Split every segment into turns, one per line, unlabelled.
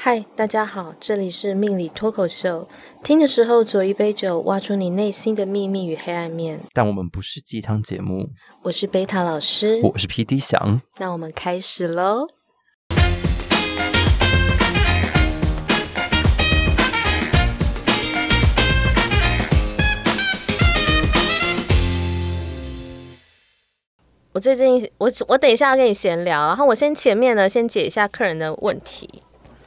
嗨，大家好，这里是命理脱口秀。听的时候酌一杯酒，挖出你内心的秘密与黑暗面。
但我们不是鸡汤节目，
我是贝塔老师，
我是 P D 翔。
那我们开始喽。我最近，我我等一下要跟你闲聊，然后我先前面呢，先解一下客人的问题，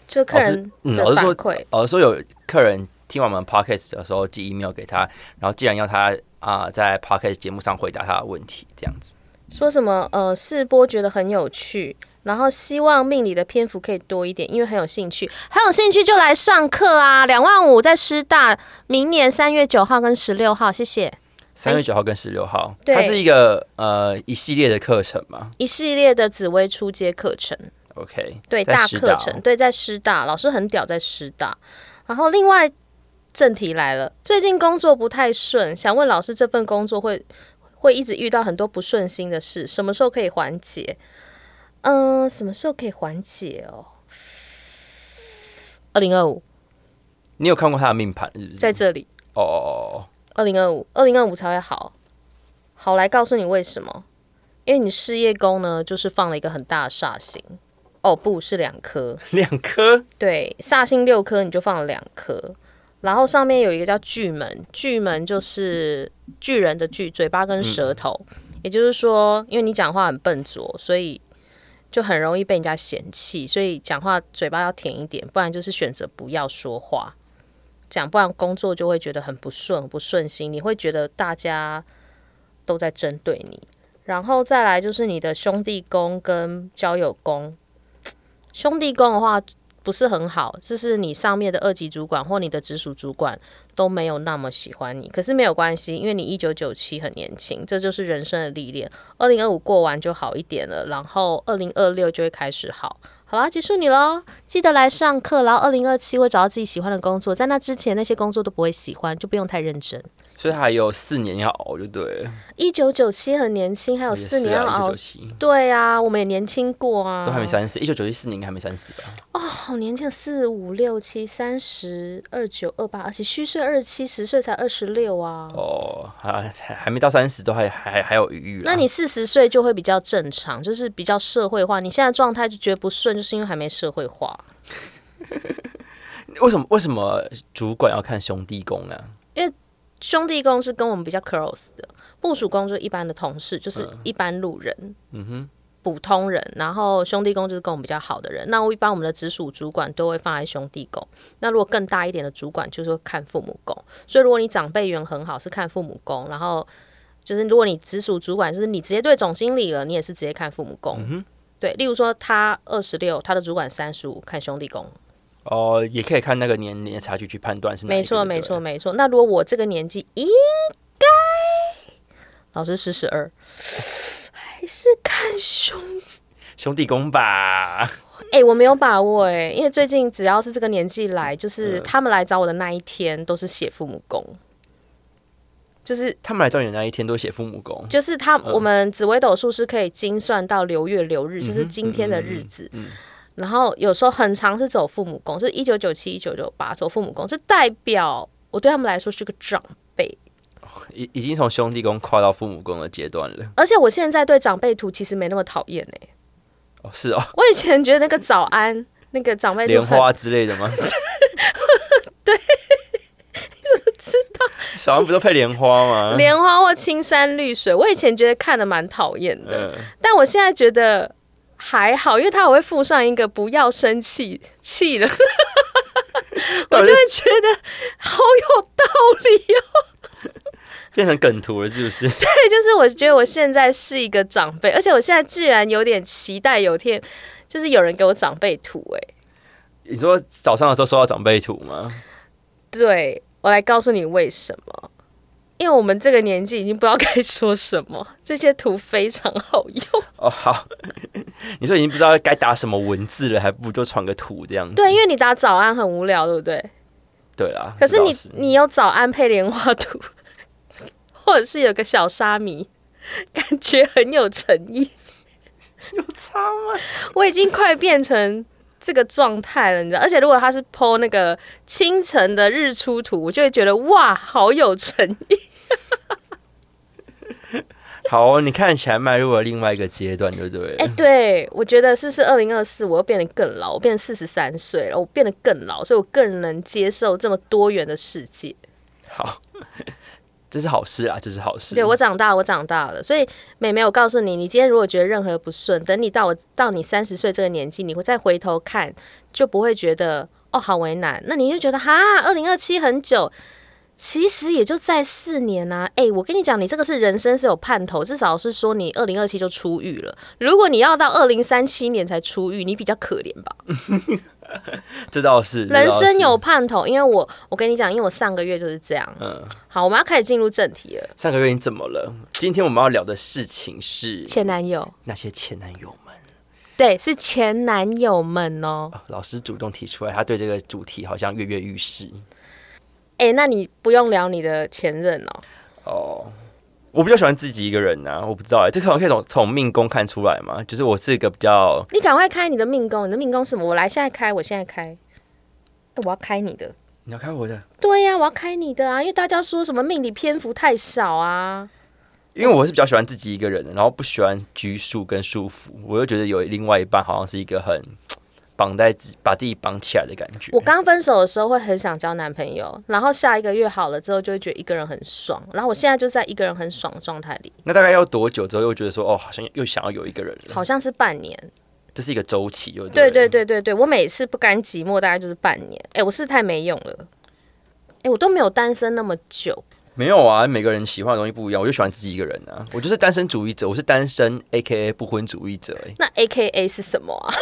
就客人
嗯，
的
老师
反
说
馈。，
老师说有客人听完我们 podcast 的时候寄 email 给他，然后既然要他啊、在 podcast 节目上回答他的问题，这样子。
说什么呃试播觉得很有趣，然后希望命理的篇幅可以多一点，因为很有兴趣，很有兴趣就来上课啊！两万五在师大，明年三月九号跟十六号，谢谢。
三月九号跟十六号，
哎对
它是一个呃一系列的课程嘛
一系列的紫薇初阶课程，
，OK，
对
在
大
师
课
大哦
程，对在师大，老师很屌，在师大。然后另外正题来了，最近工作不太顺，想问老师这份工作会会一直遇到很多不顺心的事，什么时候可以缓解？嗯、什么时候可以缓解哦？二零二五
你有看过他的命盘是不是？
在这里，
哦哦
二零二五，二零二五才会好。好，来告诉你为什么？因为你事业宫呢，就是放了一个很大的煞星，哦，不是两颗。
哦，两颗
对，煞星六颗你就放了两颗，然后上面有一个叫巨门，巨门就是巨人的巨，嘴巴跟舌头，也就是说，因为你讲话很笨拙，所以就很容易被人家嫌弃，所以讲话嘴巴要甜一点，不然就是选择不要说话，讲不然工作就会觉得很不顺，很不顺心，你会觉得大家都在针对你。然后再来就是你的兄弟宫跟交友宫，兄弟宫的话不是很好，就是你上面的二级主管或你的直属主管都没有那么喜欢你。可是没有关系，因为你一九九七很年轻，这就是人生的历练。二零二五过完就好一点了，然后二零二六就会开始好。好啦，结束你喽！记得来上课，然后二零二七会找到自己喜欢的工作，在那之前那些工作都不会喜欢，就不用太认真。
所以他还有四年要熬，就对了。
一九九七很年轻，还有
有
哦四年要熬
啊一九九。七，
对啊，我们也年轻过啊，
都还没三十，一九九七四年应该还没三十吧？
好年轻，四五六七三十二九二八二七，虚岁二十七，十岁才二十六啊。
哦，还还还没到三十，都还还还有余裕啦。
那你四十岁就会比较正常，就是比较社会化。你现在状态就觉得不顺，就是因为还没社会化。
为什么为什么主管要看兄弟宫啊呢？
兄弟宫是跟我们比较 close 的，部属宫就是一般的同事，就是一般路人，嗯嗯哼，普通人。然后兄弟宫就是跟我们比较好的人。那我一般我们的直属主管都会放在兄弟宫。那如果更大一点的主管，就是会看父母宫。所以如果你长辈缘很好，是看父母宫。然后就是如果你直属主管，就是你直接对总经理了，你也是直接看父母宫。对，例如说他二十六，他的主管三十五，看兄弟宫。
哦，也可以看那个年龄的差距去判断是哪一
没
个
错，
对不对
没错，。没错。那如果我这个年纪，应该老师是十二，还是看胸？
兄弟宫吧，
哎、我没有把握哎、因为最近只要是这个年纪来，就是
嗯
他们来找我的那一天，都是写父母宫，就是。
他们来找你的那一天都写父母宫，
就是他，
嗯
我们紫微斗数是可以精算到流月流日，就是今天的日子。
嗯
然后有时候很长是走父母宫，是一九九七、一九九八走父母宫，是代表我对他们来说是个长辈。
已已经从兄弟宫跨到父母宫的阶段了。
而且我现在对长辈图其实没那么讨厌哎，
哦，是哦，
我以前觉得那个早安那个长辈图
莲
很，
花之类的吗？ 对，你怎么知道？小安不都配莲花吗？
莲花或青山绿水，我以前觉得看的蛮讨厌的，
嗯，
但我现在觉得还好，因为它还会附上一个不要生气气的， 我
到
就
底是
会觉得好有道理哦。
变成梗图了，是不是？
对，就是我觉得我现在是一个长辈，而且我现在既然有点期待有天就是有人给我长辈图哎，
你说早上的时候收到长辈图吗？
对我来告诉你为什么，因为我们这个年纪已经不知道该说什么，这些图非常好用。
哦，好， 你说已经不知道该打什么文字了，还不如就传个图这样子。
对，因为你打早安很无聊，对不对？
对啊，
可是
这
你
倒是
你有早安配莲花图， 或者是有个小沙弥，感觉很有诚意。
有差吗？
我已经快变成这个状态了，你知道？而且如果他是 PO 那个清晨的日出图，我就会觉得哇，好有诚意。
好哦，你看起来迈入了另外一个阶段，对不对？
哎、对我觉得是不是二零二四我又变得更老？我变四十三岁了，我变得更老，所以我更能接受这么多元的世界。
好，这是好事啊，这是好事。
对我长大，我长大了。所以妹妹，我告诉你，你今天如果觉得任何不顺，等你到我到你三十岁这个年纪，你会再回头看，就不会觉得哦好为难。那你就觉得哈，二零二七很久，其实也就在四年啊。诶，我跟你讲，你这个是人生是有盼头，至少是说你二零二七就出狱了。如果你要到二零三七年才出狱，你比较可怜吧。
这倒是这
人
倒
生
是
有盼头，因为我我跟你讲，因为我上个月就是这样。
嗯，
好，我们要开始进入正题了，
上个月你怎么了？今天我们要聊的事情是
前男友。
那些前男友们。
对，是前男友们哦。
哦老师主动提出来，他对这个主题好像跃跃欲试。
哎、那你不用聊你的前任哦。
哦，我比较喜欢自己一个人啊，我不知道哎、这个好像可以从从命宫看出来嘛，就是我是一个比较
你赶快开你的命宫，你的命宫是什么？我来，现在开，我现在开。哎我要开你的。
你要看我的，
对呀、我要开你的啊，因为大家说什么命理篇幅太少啊。
因为我是比较喜欢自己一个人的，然后不喜欢拘束跟束缚，我又觉得有另外一半好像是一个很绑在自把自己绑起来的感觉。
我刚分手的时候会很想交男朋友，然后下一个月好了之后就会觉得一个人很爽，然后我现在就在一个人很爽的状态里，
那大概要多久之后又觉得说哦，好像又想要有一个人了？
好像是半年。
这是一个周期，对不
对对
对
对对对，我每次不甘寂寞大概就是半年。哎、我是太没用了。哎、我都没有单身那么久，
没有啊，每个人喜欢的东西不一样，我就喜欢自己一个人啊，我就是单身主义者，我是单身 A K A 不婚主义者、欸。
那 A K A 是什么啊？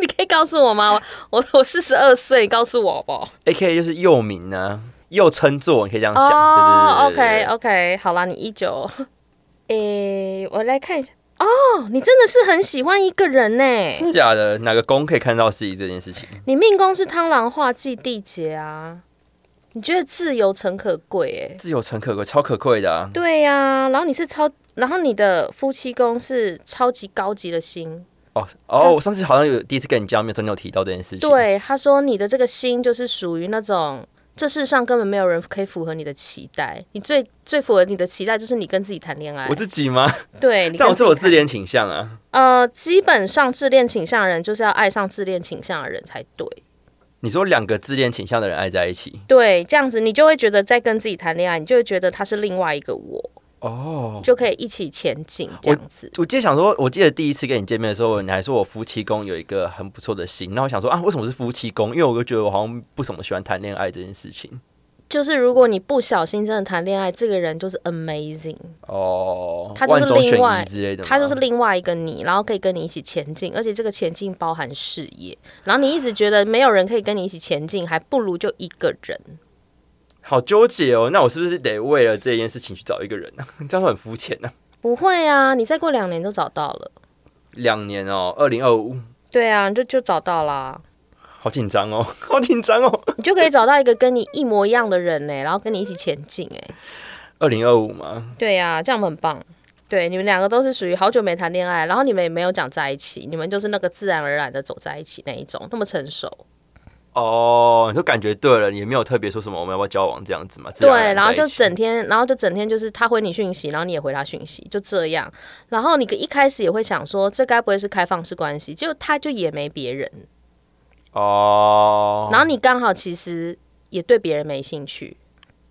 你可以告诉我吗？我我我四十二岁，你告诉我好不好？
A K A 就是幼名啊，又称作，你可以这啊样想。对
OK
对对对对
OK，好哦啦，你一九， 诶，我来看一下。哦，你真的是很喜欢一个人呢、
真的假的？哪个宫可以看到自己这件事情？
你命宫是螳螂化忌地劫啊，你觉得自由诚可贵哎、
自由诚可贵，超可贵的啊！
对呀、然后你是超，然后你的夫妻宫是超级高级的星。
哦哦，我上次好像有第一次跟你见面的时候，你有提到这件事情。，
对，他说你的这个星就是属于那种这世上根本没有人可以符合你的期待，你最最符合你的期待就是你跟自己谈恋爱
我。自己吗？
对，你
但我
跟
是我
己
自
谈
恋倾向啊。
呃，基本上自恋倾向的人就是要爱上自恋倾向的人才对。
你说两个自恋倾向的人爱在一起，
对，这样子你就会觉得在跟自己谈恋爱，你就会觉得他是另外一个我，
哦。
就可以一起前进这样子。
我记得想说，我记得第一次跟你见面的时候，你还说我夫妻宫有一个很不错的心，然后我想说啊，为什么是夫妻宫？因为我就觉得我好像不怎么喜欢谈恋爱这件事情。
就是如果你不小心真的谈恋爱，这个人就是 amazing。
哦，
他就是
万中选
另外
一之类的吗，
他就是另外一个你，然后可以跟你一起前进，而且这个前进包含事业。然后你一直觉得没有人可以跟你一起前进，还不如就一个人。
好纠结哦，那我是不是得为了这件事情去找一个人呢、啊？ 这样很肤浅呢。
不会啊，你再过两年就找到了。
两年哦，二零二五，
对啊，你就就找到啦，
好紧张哦，好紧张哦。
你就可以找到一个跟你一模一样的人呢、然后跟你一起前进哎、
二零二五嘛，
对啊，这样我们很棒。对，你们两个都是属于好久没谈恋爱，然后你们也没有讲在一起，你们就是那个自然而然的走在一起那一种，那么成熟。
哦，你说感觉对了，也没有特别说什么我们要不要交往这样子嘛。自
对，
在
然后就
一起
整天，然后就整天就是他回你讯息，然后你也回他讯息，就这样。然后你一开始也会想说，这该不会是开放式关系？结果他就也没别人，
哦。
然后你刚好其实也对别人没兴趣，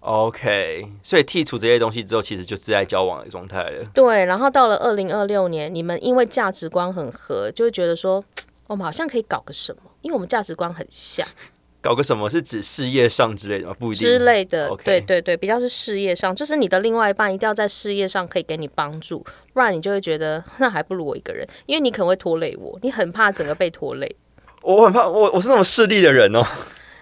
OK，所以剔除这些东西之后，其实就是在交往的状态了。
对。然后到了二零二六年，你们因为价值观很合，就会觉得说，嘖我们好像可以搞个什么，因为我们价值观很像
搞个什么是指事业上之类的吗？不一定
之类的。
OK
对对对，比较是事业上，就是你的另外一半一定要在事业上可以给你帮助，不然你就会觉得那还不如我一个人，因为你可能会拖累我，你很怕整个被拖累。
我很怕，我我是那种势利的人哦。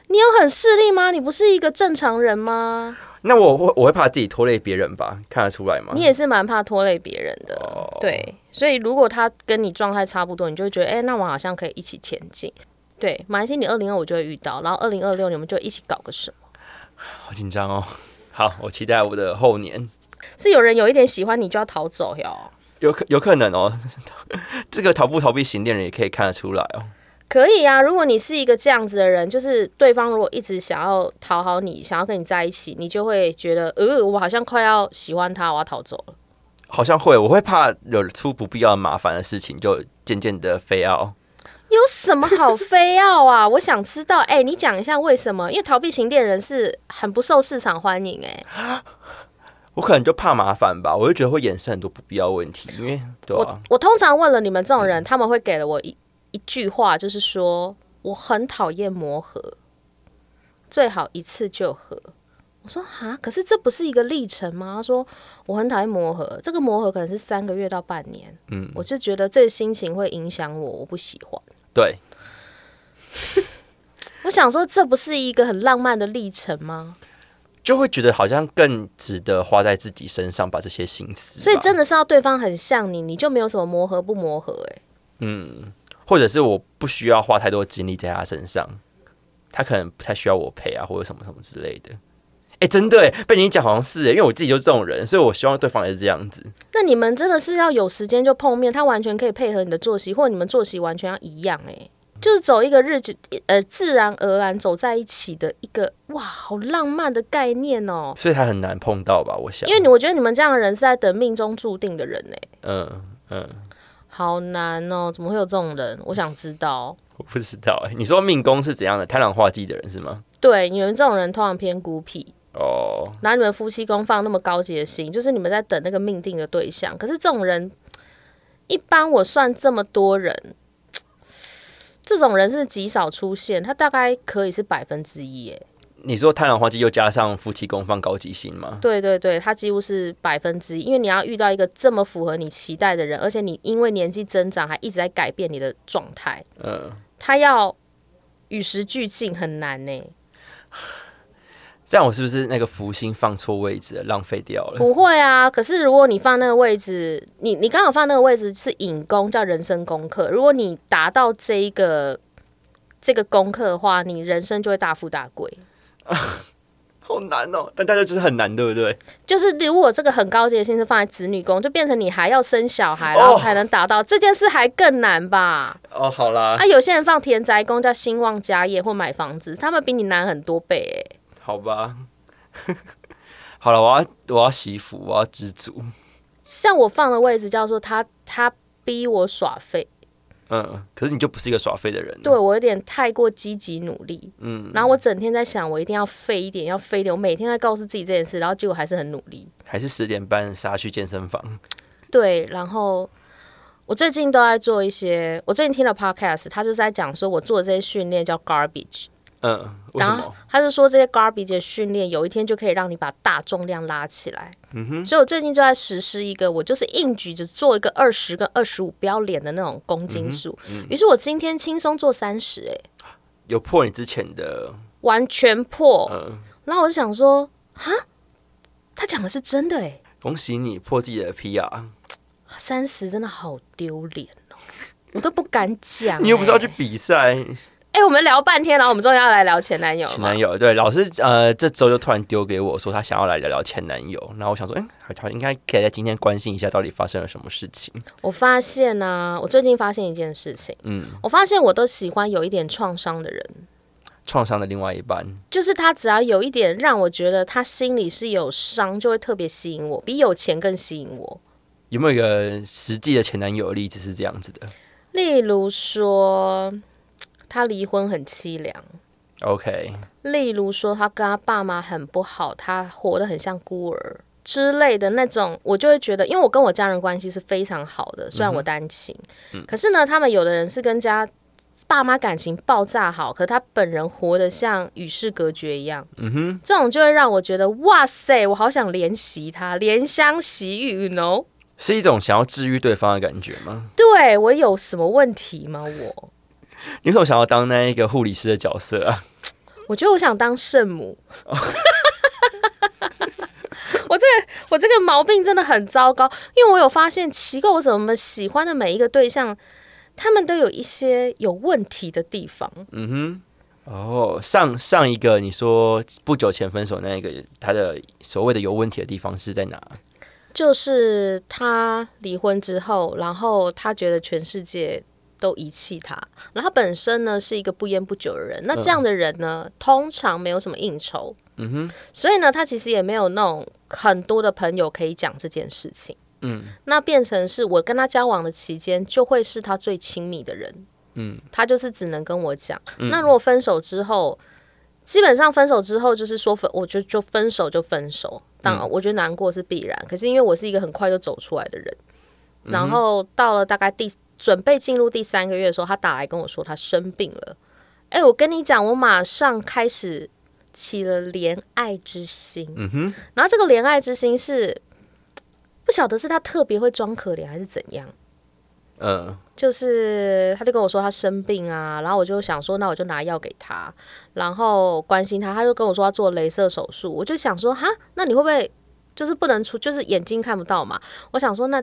你有很势利吗？你不是一个正常人吗？
那我我我会怕自己拖累别人吧？看得出来吗？
你也是蛮怕拖累别人的，
哦
对。所以如果他跟你状态差不多，你就会觉得，哎、那我好像可以一起前进。对，马来西亚你二零二五就会遇到，然后二零二六你们就一起搞个什么？
好紧张哦。好，我期待我的后年。
是有人有一点喜欢你就要逃走哟，
有可有可能哦，这个逃不逃避型恋人也可以看得出来哦。
可以啊，如果你是一个这样子的人，就是对方如果一直想要讨好你，想要跟你在一起，你就会觉得，呃，我好像快要喜欢他，我要逃走了。
好像会，我会怕惹出不必要的麻烦的事情，就渐渐的非要。
有什么好非要啊？ 我想知道，哎、你讲一下为什么？因为逃避型恋人是很不受市场欢迎、哎、
我可能就怕麻烦吧，我就觉得会衍生很多不必要的问题，因为对
我
啊，
我通常问了你们这种人，他们会给了我一一句话，就是说我很讨厌磨合，最好一次就合。我说哈，可是这不是一个历程吗？他说我很讨厌磨合，这个磨合可能是三个月到半年，嗯，我就觉得这个心情会影响我，我不喜欢。
对，
我想说，这不是一个很浪漫的历程吗？
就会觉得好像更值得花在自己身上，把这些心思吧。
所以真的是要对方很像你，你就没有什么磨合不磨合、欸，
或者是我不需要花太多精力在他身上，他可能不太需要我陪啊，或者什么什么之类的。哎、真的哎，被你讲好像是哎，因为我自己就是这种人，所以我希望对方也是这样子。
那你们真的是要有时间就碰面，他完全可以配合你的作息，或者你们作息完全要一样、欸，就是走一个日子，呃，自然而然走在一起的一个，哇，好浪漫的概念哦、
所以他很难碰到吧？我想，
因为你我觉得你们这样的人是在等命中注定的人呢、欸
嗯嗯，
好难哦、怎么会有这种人？我想知道。
我不知道哎。你说命宫是怎样的？贪婪化忌的人是吗？
对，你们这种人通常偏孤僻，
哦，
拿你们夫妻宫放那么高级的星，就是你们在等那个命定的对象。可是这种人，一般我算这么多人，这种人是极少出现，他大概可以是百分之一。耶。
你说贪婪化忌又加上夫妻宫放高级星吗？
对对对，他几乎是百分之一，因为你要遇到一个这么符合你期待的人，而且你因为年纪增长还一直在改变你的状态，
嗯，
他要与时俱进很难呢。
这样我是不是那个福星放错位置了，浪费掉了？
不会啊，可是如果你放那个位置，你你刚好放那个位置是引宫，叫人生功课。如果你达到这一个这个功课的话，你人生就会大富大贵。
好难哦，但大家就是很难，对不对？
就是如果这个很高级的心思放在子女宫，就变成你还要生小孩，然后才能达到、这件事，还更难吧？
哦，好啦，
啊，有些人放田宅宫叫兴旺家业或买房子，他们比你难很多倍、欸。
好吧， 好了，我要我要惜福，我要知足。
像我放的位置叫做他他逼我耍废，
嗯，可是你就不是一个耍废的人、啊。
对，我有点太过积极努力，嗯，然后我整天在想，我一定要废一点，要废一点，我每天在告诉自己这件事，然后结果还是很努力，
还是十点半杀去健身房。
对，然后我最近都在做一些，我最近听了 podcast，他就是在讲说我做的这些训练叫 garbage，
嗯，为什
然后
么？
他就说这些 garbage 的训练有一天就可以让你把大重量拉起来，嗯哼，所以我最近就在实施一个，我就是硬举着做一个二十跟二十五不要脸的那种公斤数，于是我今天轻松做三十，哎，
有破你之前的，
完全破。
嗯，
然后我就想说，哈，他讲的是真的哎，
恭喜你破自己的 PR，
三十真的好丢脸哦， 我都不敢讲。
你又不是要
哎
去比赛，
哎、我们聊半天，然后我们终于要来聊前男友了
前
嘛。
男友对老师呃这周就突然丢给我说他想要来聊聊前男友，然后我想说，嗯，好像应该可以在今天关心一下到底发生了什么事情。
我发现啊，我最近发现一件事情，
嗯，
我发现我都喜欢有一点创伤的人，
创伤的另外一半，
就是他只要有一点让我觉得他心里是有伤，就会特别吸引我，比有钱更吸引我。
有没有一个实际的前男友的例子是这样子的
例如说，他离婚很凄凉。
？OK，
例如说他跟他爸妈很不好，他活得很像孤儿之类的那种，我就会觉得，因为我跟我家人关系是非常好的，虽然我单亲，可是呢，他们有的人是跟家爸妈感情爆炸好，可他本人活得像与世隔绝一样，嗯哼，这种就会让我觉得，哇塞，我好想怜惜他，怜香惜玉，you know。
是一种想要治愈对方的感觉吗？
对我有什么问题吗？我，
你为什么想要当那一个护理师的角色啊？
我觉得我想当圣母。 我这个我这个毛病真的很糟糕，因为我有发现奇怪，我怎么喜欢的每一个对象，他们都有一些有问题的地方。
哦，上上一个你说不久前分手那一个，他的所谓的有问题的地方是在哪？
就是他离婚之后，然后他觉得全世界都遗弃他。然后他本身呢是一个不烟不酒的人，那这样的人呢，通常没有什么应酬，嗯哼，所以呢，他其实也没有那种很多的朋友可以讲这件事情，嗯，那变成是我跟他交往的期间，就会是他最亲密的人，嗯，他就是只能跟我讲。那如果分手之后，基本上分手之后就是说分，我就就分手就分手。当然，我觉得难过是必然，可是因为我是一个很快就走出来的人，然后到了大概第准备进入第三个月的时候，他打来跟我说他生病了。哎、我跟你讲，我马上开始起了怜爱之心。嗯哼，然后这个怜爱之心是不晓得是他特别会装可怜还是怎样。
嗯，
就是他就跟我说他生病啊，然后我就想说，那我就拿药给他，然后关心他。他就跟我说他做镭射手术，我就想说哈，那你会不会就是不能出，就是眼睛看不到嘛？我想说那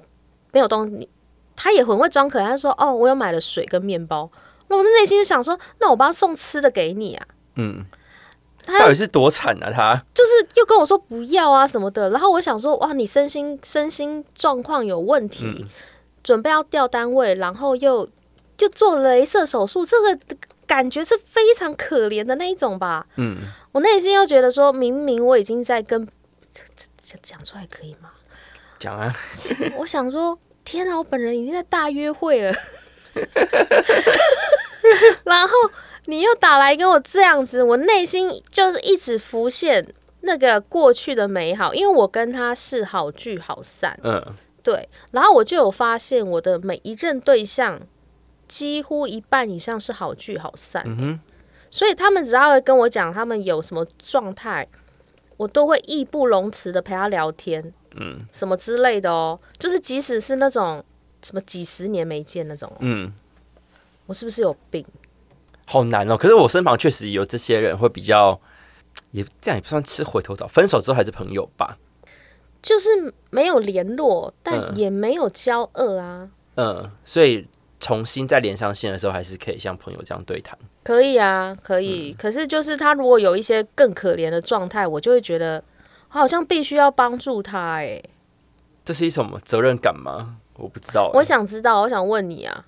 没有东西，他也很会装可爱。他说哦，我有买了水跟面包。那我的内心就想说，那我帮他送吃的给你啊。他
到底是多惨啊他？
就是又跟我说不要啊什么的，然后我想说，哇，你身心身心状况有问题，准备要调单位，然后又就做了镭射手术，这个感觉是非常可怜的那一种吧。嗯，我内心又觉得说，明明我已经在跟这这这讲出来可以吗？
讲啊，
我想说，天啊，我本人已经在大约会了， 然后你又打来跟我这样子，我内心就是一直浮现那个过去的美好，因为我跟他是好聚好散，
嗯，
对，然后我就有发现我的每一任对象几乎一半以上是好聚好散，
嗯哼
所以他们只要会跟我讲他们有什么状态，我都会义不容辞的陪他聊天，嗯，什么之类的哦，就是即使是那种什么几十年没见那种哦，
嗯
我是不是有病？
好难哦。可是我身旁确实有这些人会比较，也这样也不算吃回头草，分手之后还是朋友吧。
就是没有联络，
嗯
但也没有交恶啊，
嗯，所以重新再连上线的时候，还是可以像朋友这样对谈。
可以啊，可以。
嗯
可是就是他如果有一些更可怜的状态，我就会觉得好像必须要帮助他、欸。哎，
这是一种什么责任感吗？我不知道欸、
我想知道，我想问你啊，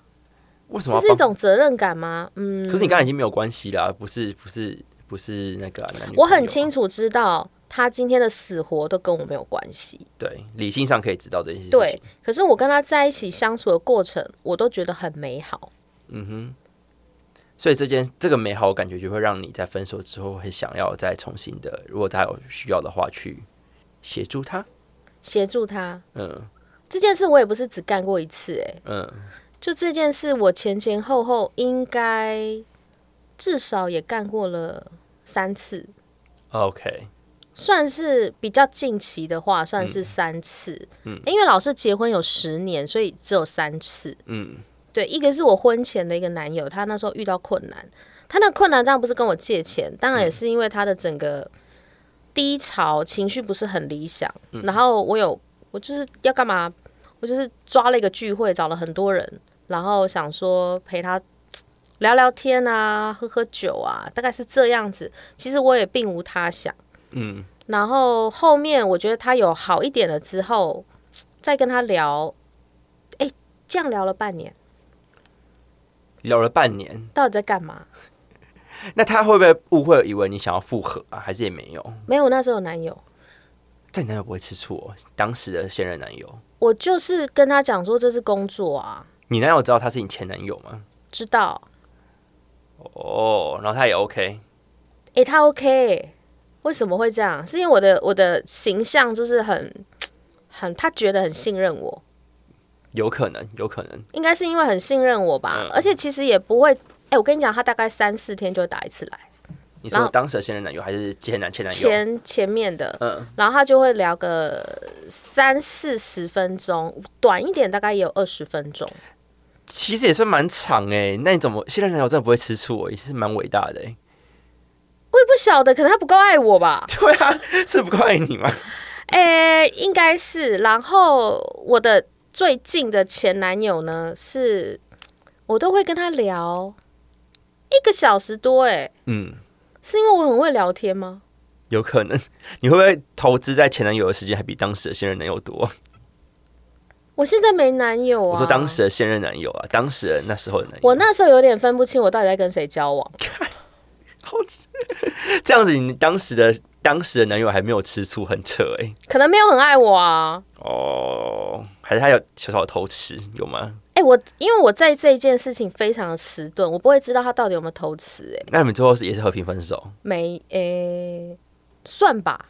为什
这
么要
是一
帮？
种责任感吗？嗯，
可是你刚才已经没有关系啦，不是不是不是那个啊、男女
我
朋友
很
啊
清楚知道他今天的死活都跟我没有关系。
对，理性上可以知道这些事情。
对，，可是我跟他在一起相处的过程，我都觉得很美好。
所以这件这个美好的感觉就会让你在分手之后会想要再重新的，如果他有需要的话去协助他。
协助他
嗯
这件事，我也不是只干过一次、欸，
嗯，
就这件事，我前前后后应该至少也干过了三次，
OK，
算是比较近期的话，算是三次。嗯，因为老师结婚有十年，所以只有三次。
嗯，
对，一个是我婚前的一个男友，他那时候遇到困难，他那困难当然不是跟我借钱，当然也是因为他的整个低潮情绪不是很理想，然后我有我就是要干嘛，我就是抓了一个聚会，找了很多人，然后想说陪他。聊聊天啊，喝喝酒啊，大概是这样子。其实我也并无他想，
嗯，
然后后面我觉得他有好一点了之后，再跟他聊，哎，这样聊了半年，
聊了半年，
到底在干嘛？
那他会不会误会以为你想要复合啊？还是也没有？
没有，我那时候有男友，
这你男友不会吃醋哦，当时的现任男友，
我就是跟他讲说这是工作啊，
你男友知道他是你前男友吗？
知道？
哦，然后他也 OK，
哎，他 OK，欸为什么会这样？是因为我的我的形象就是很很，他觉得很信任我，
有可能，有可能，
应该是因为很信任我吧，而且其实也不会。哎，我跟你讲，他大概三四天就会打一次来。
你
然
说
后
当时的现任男友还是前男前男友？
前前面的，
嗯
然后他就会聊个三四十分钟，短一点大概也有二十分钟。
其实也算蛮长哎、那你怎么现任男友真的不会吃醋、哦，也是蛮伟大的哎、
我也不晓得，可能他不够爱我 吧？
对啊， 是不怪你吗？
诶、应该是。然后我的最近的前男友呢，是我都会跟他聊一个小时多、诶，
嗯，
是因为我很会聊天吗？
有可能。你会不会投资在前男友的时间还比当时的现任男友多？
我现在没男友啊。
我说当时的现任男友啊，当时的那时候的男友，
我那时候有点分不清我到底在跟谁交往。
好吃这样子，你当时的当时的男友还没有吃醋，很扯哎、
可能没有很爱我啊。
哦，还是他有小小的偷吃有吗？
哎、我因为我在这一件事情非常的迟钝，我不会知道他到底有没有偷吃、哎，
那你们最后是也是和平分手，
没，哎、算吧，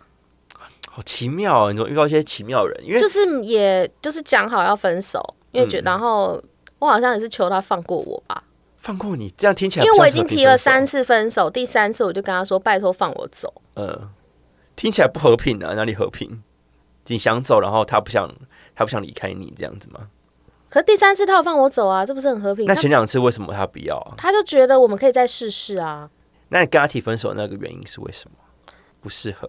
好奇妙啊！你怎么遇到一些奇妙的人？因为嗯
就是也就是讲好要分手，因为觉然后我好像也是求他放过我吧，
放过你，这样听起来
因为
不
我已
像是和
经
平
提了
分手
三，次分手，第三次我就跟他说拜托放我走，
嗯，听起来不和平啊，哪里和平？你想走，然后他不想，他不想离开你这样子吗？
可是第三次他有放我走啊，这不是很和平？
那
他
前两次为什么他不要啊？
他就觉得我们可以再试试啊，
那你跟他提分手那个原因是为什么？不适合，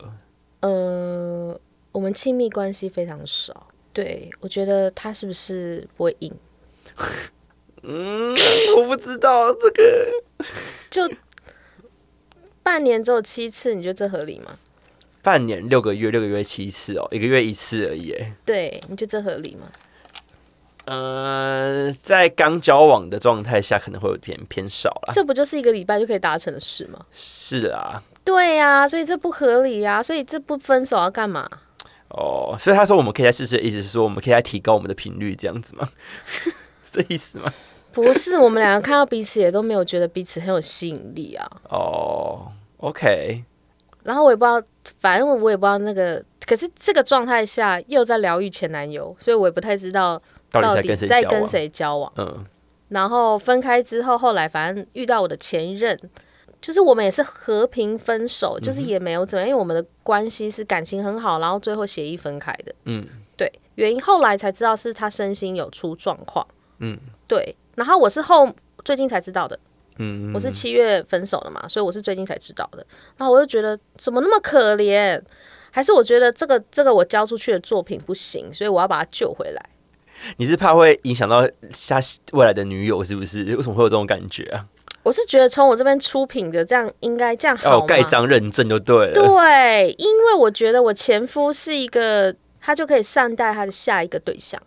嗯、我们亲密关系非常少，对我觉得他是不是不会赢？
嗯，我不知道这个。
就半年只有七次，你觉得这合理吗？
半年六个月，六个月七次哦，一个月一次而已耶。
对，你觉得这合理吗？
呃，在刚交往的状态下，可能会有点偏少啦。
这不就是一个礼拜就可以达成的事吗？
是啊，
对呀、所以这不合理呀、所以这不分手要干嘛？
哦，所以他说我们可以再试试，意思是说我们可以再提高我们的频率，这样子吗？ 是这意思吗？
不是，我们两个看到彼此也都没有觉得彼此很有吸引力啊。
哦，OK，
然后我也不知道，反正我也不知道那个。可是这个状态下又在疗愈前男友，所以我也不太知道
到底
到
在
底
跟谁
在
交
跟
往？
谁交往。
嗯，
然后分开之后，后来反正遇到我的前任，就是我们也是和平分手，就是也没有怎么样，因为我们的关系是感情很好，然后最后协议分开的。
嗯，
对，原因后来才知道是他身心有出状况。嗯，对。然后我是后最近才知道的。嗯，我是七月分手的嘛，所以我是最近才知道的。然后我就觉得怎么那么可怜，还是我觉得这个这个我交出去的作品不行，所以我要把它救回来。
你是怕会影响到下未来的女友是不是？ 为什么会有这种感觉啊？
我是觉得从我这边出品的这样应该这样
要
好
有
吗？
哦盖章认证就对了。
对，因为我觉得我前夫是一个，他就可以善待他的下一个对象。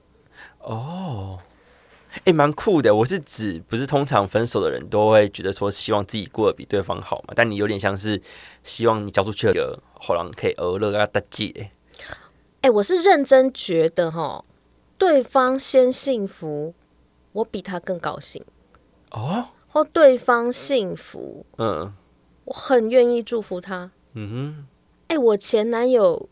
哎、蛮酷的。我是指，不是通常分手的人都会觉得说希望自己过得比对方好嘛？但你有点像是希望你交出去的一个好人可以讹了啊，大姐。
哎、我是认真觉得哈，对方先幸福，我比他更高兴；
哦，
或对方幸福，
嗯
我很愿意祝福他。
嗯
哎、我前男友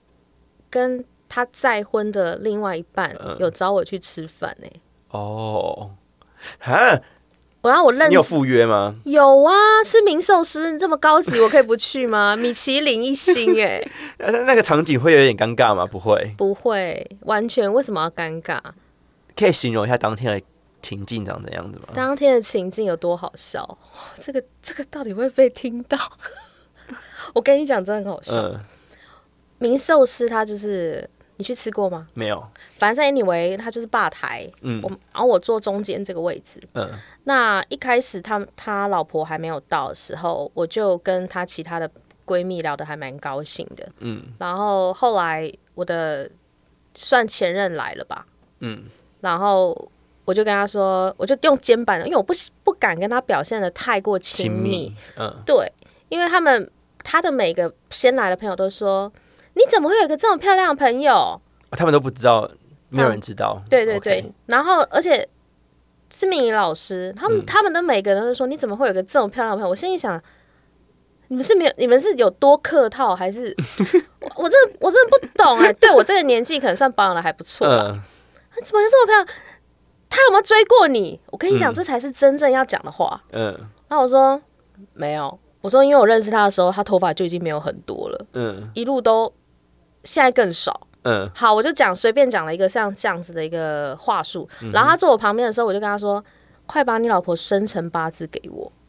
跟他再婚的另外一半
嗯
有找我去吃饭呢、
哼，哦，哈，
我让我认
你有赴约吗？
有啊，吃名寿司这么高级，我可以不去吗？ 米其林一星哎、
呃那那那个场景会有点尴尬吗？不会，
不会，完全为什么要尴尬？
可以形容一下当天的情境长怎样子吗？
当天的情境有多好笑？哇这个这个到底会被听到？ 我跟你讲，真的很好笑。
嗯，
明寿司它就是你去吃过吗？
没有，
反正 anyway，它就是吧台，
嗯
我然后我坐中间这个位置。
嗯
那一开始他他老婆还没有到的时候，我就跟他其他的闺蜜聊得还蛮高兴的。
嗯
然后后来我的算前任来了吧，
嗯，
然后我就跟他说，我就用肩膀，因为我不喜不敢跟他表现的太过亲
亲
密，
密，嗯，
对，因为他们他的每个先来的朋友都说，你怎么会有一个这么漂亮的朋友？
哦他们都不知道，没有人知道。
对对
OK 嗯
对然后而且是命理老师，他
嗯
们、他们的每个人都说，你怎么会有一个这么漂亮的朋友？我心里想。你们是没有，你们是有多客套，还 是我我真的我真的不懂哎、对我这个年纪，可能算保养的还不错吧。
嗯，
怎么会这么漂亮？他有没有追过你？我跟你讲，这才是真正要讲的话。
嗯
然后我说没有，我说因为我认识他的时候，他头发就已经没有很多了，
嗯
一路都现在更少。
嗯
好，我就讲随便讲了一个像这样子的一个话术。然后他坐我旁边的时候，我就跟他说：“快把你老婆生辰八字给我。”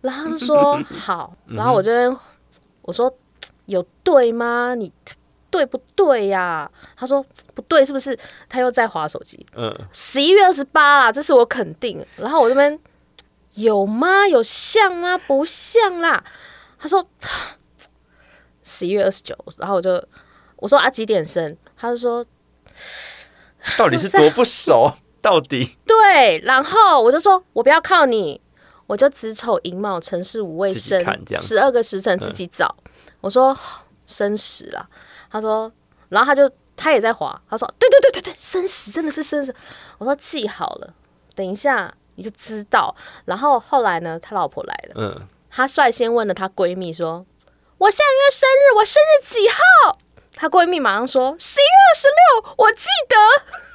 然后他就说：“好。”然后我这边我说：“有对吗？你对不对呀、他说：“不对，是不是？”他又在划手机。
嗯，
十一月二十八啦，这是我肯定。然后我这边有吗？有像吗？不像啦。他说十一月二十九，然后我就我说啊几点生？他就说
到底 是多不熟？到底
对，然后我就说，我不要靠你，我就子丑寅卯辰巳午未
自己
申
看，这样子嗯
十二个时辰自己找。我说生时啦，他说，然后他就他也在滑，他说对对对对对，生时真的是生时。我说记好了，等一下你就知道。然后后来呢，他老婆来了，
嗯，
她率先问了她闺蜜说：“我下个月生日，我生日几号？”她闺蜜马上说：“十一月二十六，我记得。”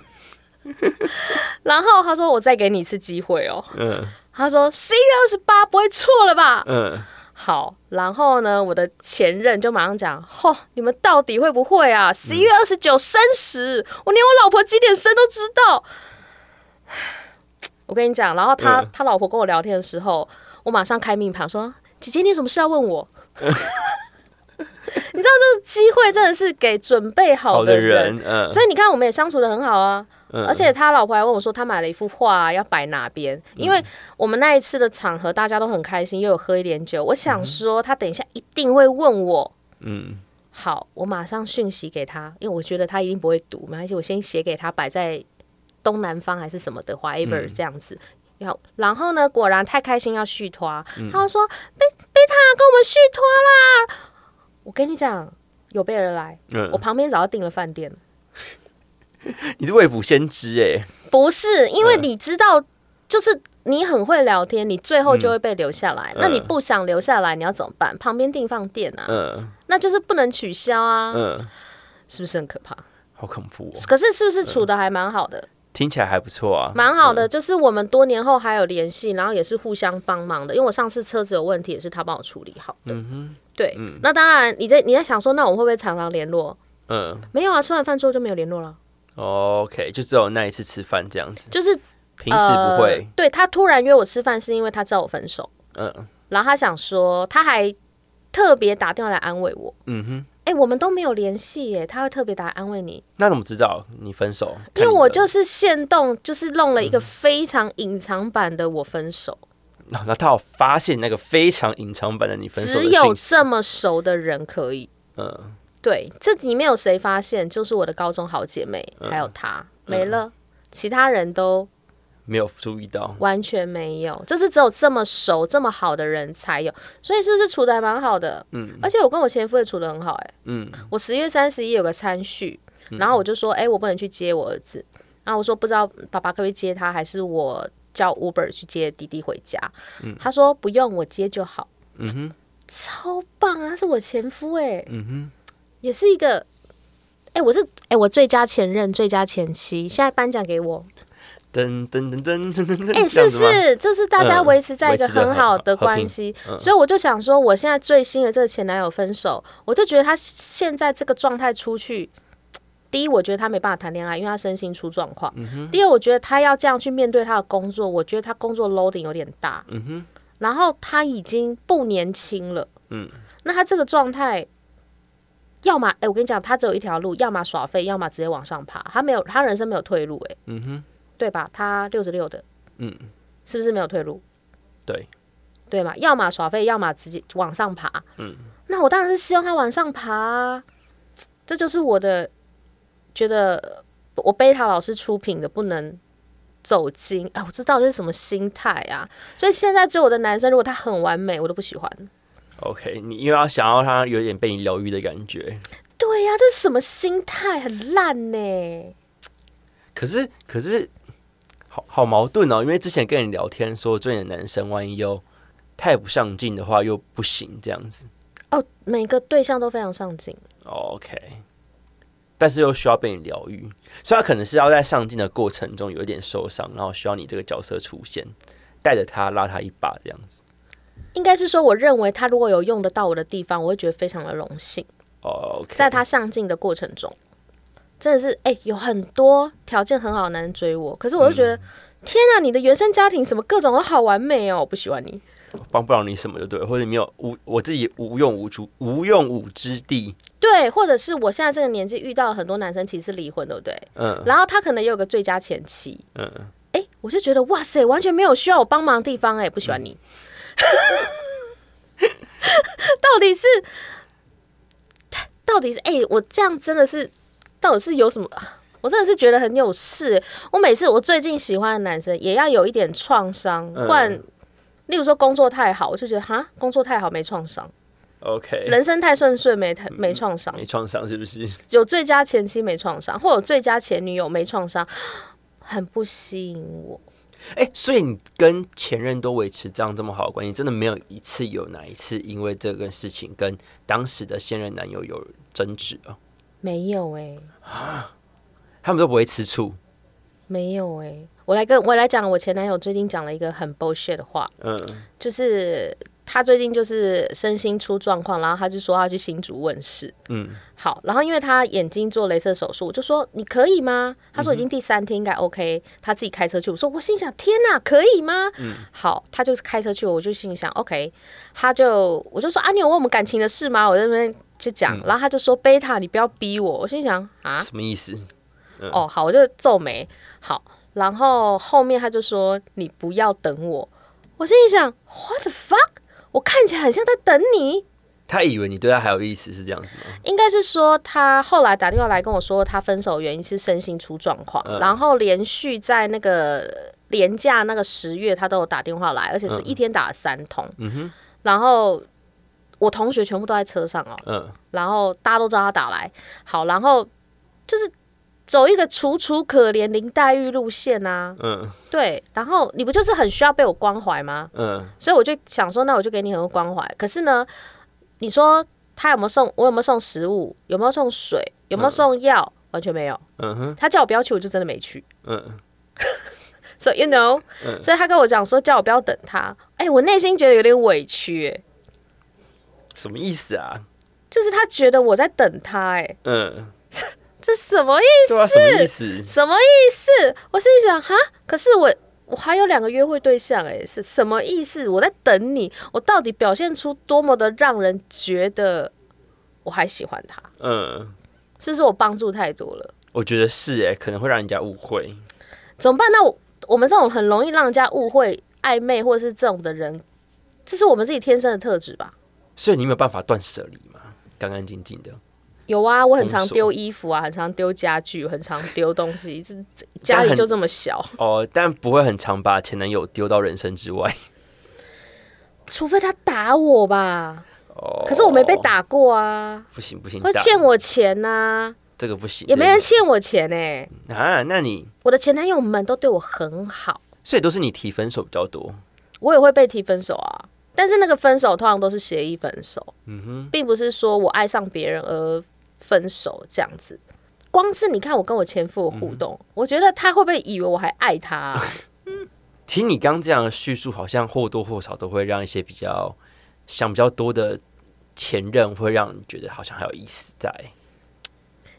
然后她说：“我再给你一次机会哦。
嗯”
她说：“十一月二十八，不会错了吧
嗯，？”
好，然后呢，我的前任就马上讲：“吼、你们到底会不会
嗯
啊？十一月二十九生时，我连我老婆几点生都知道。” 我跟你讲，然后他、
嗯
他老婆跟我聊天的时候，我马上开命盘说：“姐姐，你有什么事要问我？” 你知道，这个机会真的是给准备好
好
的
的
人。
人，嗯，
所以你看，我们也相处的很好啊。
嗯
而且他老婆还问我说，他买了一幅画、要摆哪边？
嗯
因为我们那一次的场合，大家都很开心，又有喝一点酒。我想说，他等一下一定会问我。
嗯，
好，我马上讯息给他，因为我觉得他一定不会读，没关系，我先写给他，摆在东南方还是什么的，whatever
嗯
这样子。要，然后呢，果然太开心要续拖，
嗯
他就说贝贝塔跟我们续拖啦。我跟你讲，有备而来，我
嗯，
旁边早就订了饭店了。
你是未卜先知哎，
不是，因
嗯
为你知道，就是你很会聊天，你最后就会被留下来。那你不想留下来，你要怎么办？旁边订饭店啊，
嗯
那就是不能取消啊，
嗯，
是不是很可怕？
好恐怖哦，
可是是不是处的还蛮好的？
听起来还不错啊，
蛮好的，就是我们多年后还有联系，然后也是互相帮忙的。因为我上次车子有问题，也是他帮我处理好
嗯
的。对，那当然，你在你在想说，那我们会不会常常联络？
嗯
没有啊，吃完饭之后就没有联络了。
，OK，就只有那一次吃饭这样子，
就是
平时不会
呃，对他突然约我吃饭，是因为他知道我分手，
嗯
然后他想说，他还特别打电话来安慰我。
嗯哼，
哎、我们都没有联系耶，他会特别打来安慰你，
那怎么知道你分手？
因为
看你
我
的嗯
就是现动，就是弄了一个非常隐藏版的我分手。
然后他有发现那个非常隐藏版的你分手
只
的
有
讯息，
这么熟的人可以。
嗯，
对，这里面有谁发现？就是我的高中好姐妹，
嗯
还有她，没了。其他人都
没有注意到，
完全没有，就是只有这么熟、这么好的人才有，所以是不是处的还蛮好的？嗯，而且我跟我前夫也处的很好、欸，
嗯
我十月三十一有个餐叙，然后我就说，哎、我不能去接我儿子，然后我说不知道爸爸可不可以接他，还是我叫 Uber 去接弟弟回家？他说不用，我接就好。
嗯哼，
超棒啊！他是我前夫哎、
嗯哼。
也是一个，哎、我是哎、我最佳前任、最佳前妻，现在颁奖给我，
噔噔噔噔噔噔噔，
哎、
这
是不
样子吗？
是？就是大家
嗯
维持在一
维
个
持得
很
很
好
好嗯
的
和
关
平
系，所以我就想说，我现在最新的这个前男友分手，我就觉得他现在这个状态出去。第一，我觉得他没办法谈恋爱，因为他身心出状况。
嗯
第二，我觉得他要这样去面对他的工作，我觉得他工作 loading 有点大。
嗯哼，
然后他已经不年轻了，
嗯，
那他这个状态，要么哎、我跟你讲，他只有一条路，要么耍废，要么直接往上爬，他没有，他人生没有退路、哎，
嗯哼，
对吧？他六十六的，
嗯，
是不是没有退路？
对，
对嘛，要么耍废，要么直接往上爬，
嗯，
那我当然是希望他往上爬、啊，这就是我的觉得我贝塔老师出品的不能。走精哎，我知道这是什么心态啊！所以现在追我的男生，如果他很完美，我都不喜欢。
OK，你因为要想要让他有点被你疗愈的感觉，
对呀、这是什么心态？很烂呢、
可是可是好好矛盾哦，因为之前跟你聊天说追你的男生万一又太不上进的话又不行这样子
哦，每个对象都非常上进，
哦，OK，但是又需要被你疗愈，所以他可能是要在上进的过程中有一点受伤，然后需要你这个角色出现，带着他拉他一把这样子
应该是说，我认为他如果有用得到我的地方，我会觉得非常的荣幸。
哦，OK，
在他上进的过程中，真的是哎、有很多条件很好的男人追我，可是我就觉得，天啊，你的原生家庭什么各种都好完美哦，我不喜欢你。
帮不了你什么就对了，或者没有无我自己无用无处无用武之地，
对，或者是我现在这个年纪遇到很多男生其实是离婚，对不对？
嗯
然后他可能也有个最佳前妻，
嗯，
哎、我就觉得哇塞，完全没有需要我帮忙的地方、哎，不喜欢你。 到底是，到底是，哎、我这样真的是，到底是有什么？啊我真的是觉得很有事。我每次我最近喜欢的男生也要有一点创伤，
嗯
不然，例如说工作太好，我就觉得哈，工作太好没创伤，
OK，
人生太顺遂没
嗯
太没创伤，
没创伤是不是？
有最佳前妻没创伤，或有最佳前女友没创伤，很不吸引我。
哎、所以你跟前任都维持这样这么好的关系，真的没有一次有哪一次因为这个事情跟当时的现任男友有争执啊？
没有欸诶、
他们都不会吃醋，
没有诶、我来跟我来讲，我前男友最近讲了一个很 bullshit 的话，
嗯，
就是他最近就是身心出状况，然后他就说他去新竹问世。
嗯，
好，然后因为他眼睛做镭射手术，我就说你可以
嗯
吗？他说已经第三天应该 OK，、他自己开车去。我说我心想天哪，可以吗？嗯，好，他就是开车去，我就心想 OK，他就我就说啊，你有问我们感情的事吗？我在那边就讲，
嗯
然后他就说贝塔，你不要逼我。我心想啊，
什么意思？
哦，好，我就皱眉，好，然后后面他就说你不要等我，我心里想 what the fuck，我看起来很像在等你，
他以为你对他还有意思是这样子吗？
应该是说他后来打电话来跟我说他分手的原因是身心出状况，然后连续在那个廉价那个十月他都有打电话来，而且是一天打了三通，然后我同学全部都在车上哦，
嗯，
然后大家都知道他打来，好，然后就是走一个楚楚可怜林黛玉路线啊，
嗯
对，然后你不就是很需要被我关怀吗？
嗯，
所以我就想说，那我就给你很多关怀。可是呢，你说他有没有送我？有没有送食物？有没有送水？有没有送药？完全没有。
嗯哼，
他叫我不要去，我就真的没去。
嗯，
So you know，、
嗯
所以他跟我讲说叫我不要等他。哎、我内心觉得有点委屈、哎，
什么意思啊？
就是他觉得我在等他、哎，
嗯，
这什么意
对啊，什么意思？
什么意思？我心里想哈，可是我我还有两个约会对象哎、是什么意思？我在等你，我到底表现出多么的让人觉得我还喜欢他？
嗯，
是不是我帮助太多了？
我觉得是哎、可能会让人家误会。
怎么办？那我我们这种很容易让人家误会、暧昧或是这种的人，这是我们自己天生的特质吧？
所以你有没有办法断舍离嘛？干干净净的，
有啊，我很常
封锁
丢衣服啊，很常丢家具，很常丢东西，这这家
但
里
很
就这么小。
哦，但不会很常把前男友丢到人生之外。
除非他打我吧，
哦，
可是我没被，打过啊，
不行不行，
或
打
欠我钱呐、
这个不行，
也没人
这
欠我钱哎、
个不行啊。那你
我的前男友们都对我很好，
所以都是你提分手比较多，
我也会被提分手啊。但是那个分手通常都是协议分手，
嗯
并不是说我爱上别人而分手这样子。光是你看我跟我前夫的互
嗯
动，我觉得他会不会以为我还爱他啊、
听你刚这样的叙述，好像或多或少都会让一些比较想比较多的前任，会让你觉得好像还有意思在。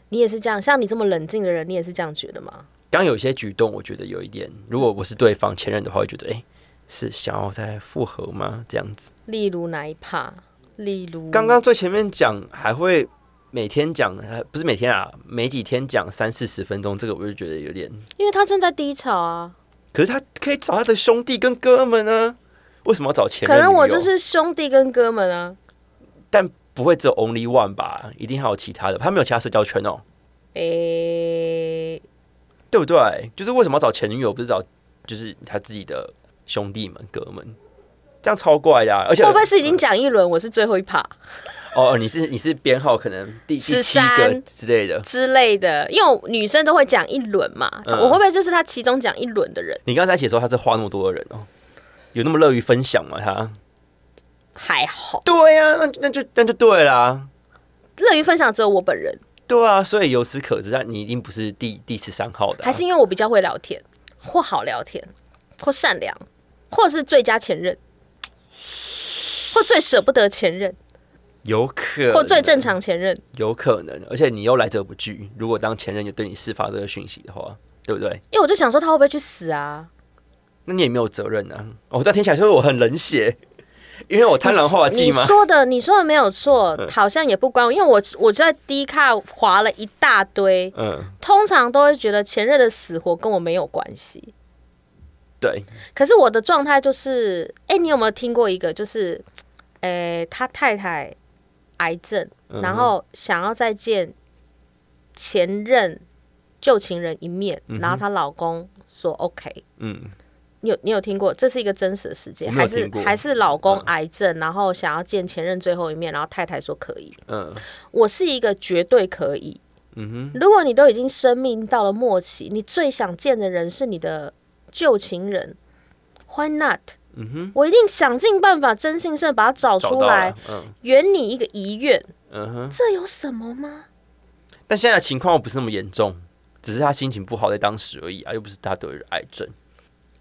你也是这样，像你这么冷静的人，你也是这样觉得吗？
刚有一些举动，我觉得有一点，如果我是对方前任的话，会觉得哎、诶是想要再复合吗？这样子。
例如哪一趴？例如
刚刚最前面讲还会每天讲，呃不是每天啊，每几天讲三四十分钟，这个我就觉得有点。
因为他正在低潮啊，
可是他可以找他的兄弟跟哥们呢、为什么要找前
可
任？
能我就，是兄弟跟哥们啊。
但不会只有 only one 吧？一定还有其他的，他没有其他社交圈哦，
诶、
对不对？就是为什么要找前女友，不是找就是他自己的兄弟们哥们？这样超怪呀、而且
会不会是已经讲一轮，我是最后一趴？
哦，哦你是你是编号可能第第七
13
个之类的。
之类的，因为我女生都会讲一轮嘛，
嗯
我会不会就是她其中讲一轮的人？
你刚才写说他是花那么多的人哦，有那么乐于分享吗？他？
还好，
对呀、那那就那就对啦，
乐于分享只有我本人，
对啊，所以由此可知，但你一定不是第第十三号的啊、
还是因为我比较会聊天，或好聊天，或善良，或是最佳前任，或最舍不得前任，
有可能
或最正，常前任。
有可能，而且你又来者不拒。如果当前任也对你释发这个讯息的话，对不对？
因为我就想说他会不会去死啊？
那你也没有责任啊。哦，这样听起来就是我很冷血，因为我贪婪化
你
剂吗？嗯
说的，你说的没有错，好像也不关我，因为我我在 D 卡划了一大堆，
嗯，
通常都会觉得前任的死活跟我没有关系。
对，
可是我的状态就是，哎、你有没有听过一个，就是，诶、他太太癌症，
嗯哼
然后想要再见前任旧情人一面，然后她老公说 OK，
嗯，
你有你有听过？这是一个真实的事件，
我没
还
有
是
听过
还是老公
嗯
癌症，然后想要见前任最后一面，然后太太说可以。
嗯
我是一个绝对可以。
嗯
如果你都已经生命到了末期，你最想见的人是你的旧情人，Why not？、
嗯哼，
我一定想尽办法，真性胜把他找
找
出
到
来
了，，嗯
圆你一个遗愿。
嗯哼。
这有什么吗？
但现在的情况又不是那么严重，只是他心情不好在当时而已啊，又不是他得癌症，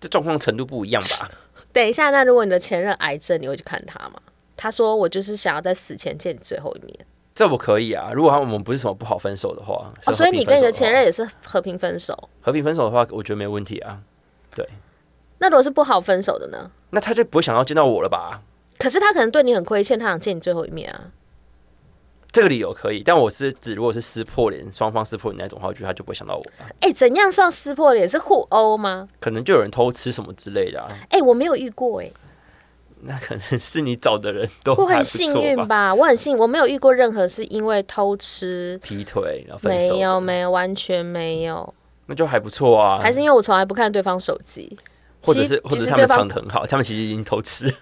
这状况程度不一样 吧？
等一下，那如果你的前任癌症，你会去看他吗？他说：“我就是想要在死前见你最后一面。
这我可以啊，如果他们不是什么不好分手的话，是
哦，所以你
和平分
跟你的
手的
前任也是和平分手。
话和平分手的话，我觉得没问题啊。
那如果是不好分手的呢？
那他就不会想要见到我了吧？
可是他可能对你很亏欠，他想见你最后一面啊。
这个理由可以，但我是指如果是撕破脸，双方撕破脸那种的话，我觉得他就不会想到我了，
哎、怎样算撕破脸？是互殴吗？
可能就有人偷吃什么之类的啊。
哎、我没有遇过哎、
那可能是你找的人都
我
哦还
很
不
幸
错
运
吧？
吧，我很幸运，我没有遇过任何是因为偷吃，
劈腿然后分手的，
没有没有，完全没有，
那就还不错啊。
还是因为我从来不看对方手机，
或者
其
是
实
或者
其
是
实
他们
对方
藏得很好，他们其实已经偷吃。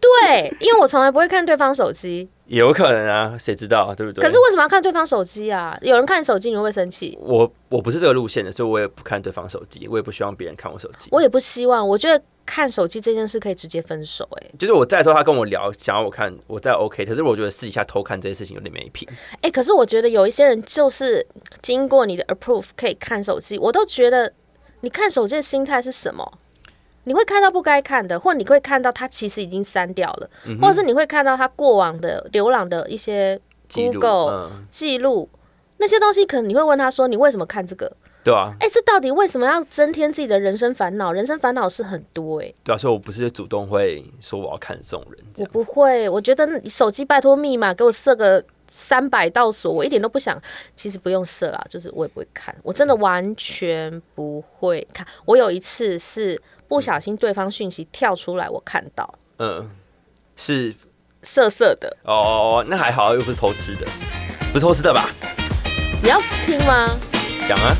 对，因为我从来不会看对方手机，
也有可能啊，谁知道，对不对？
可是为什么要看对方手机啊？有人看手机你会不会生气？
我我不是这个路线的，所以我也不看对方手机，我也不希望别人看我手机。
我也不希望，我觉得看手机这件事可以直接分手、欸，
就是我在的时候，他跟我聊，想要我看，我在 OK，可是我觉得私底下偷看这些事情有点没品。
哎、可是我觉得有一些人就是经过你的 approve 可以看手机，我都觉得你看手机的心态是什么？你会看到不该看的，或你会看到他其实已经删掉了，
嗯
或者是你会看到他过往的浏览的一些
记录，
Google
嗯，
记录，那些东西可能你会问他说你为什么看这个？
对啊，
哎、这到底为什么要增添自己的人生烦恼？人生烦恼是很多哎、
对啊，所以我不是主动会说我要看这种人，这
我
样
不会，我觉得你手机拜托密码给我设个三百道锁，我一点都不想。其实不用设啦，就是我也不会看，我真的完全不会看。我有一次是不小心对方讯息跳出来，我看到
嗯，是
色色的，
哦哦，哦那还好，又不是偷吃的，不是偷吃的吧？
你要听吗？
讲啊，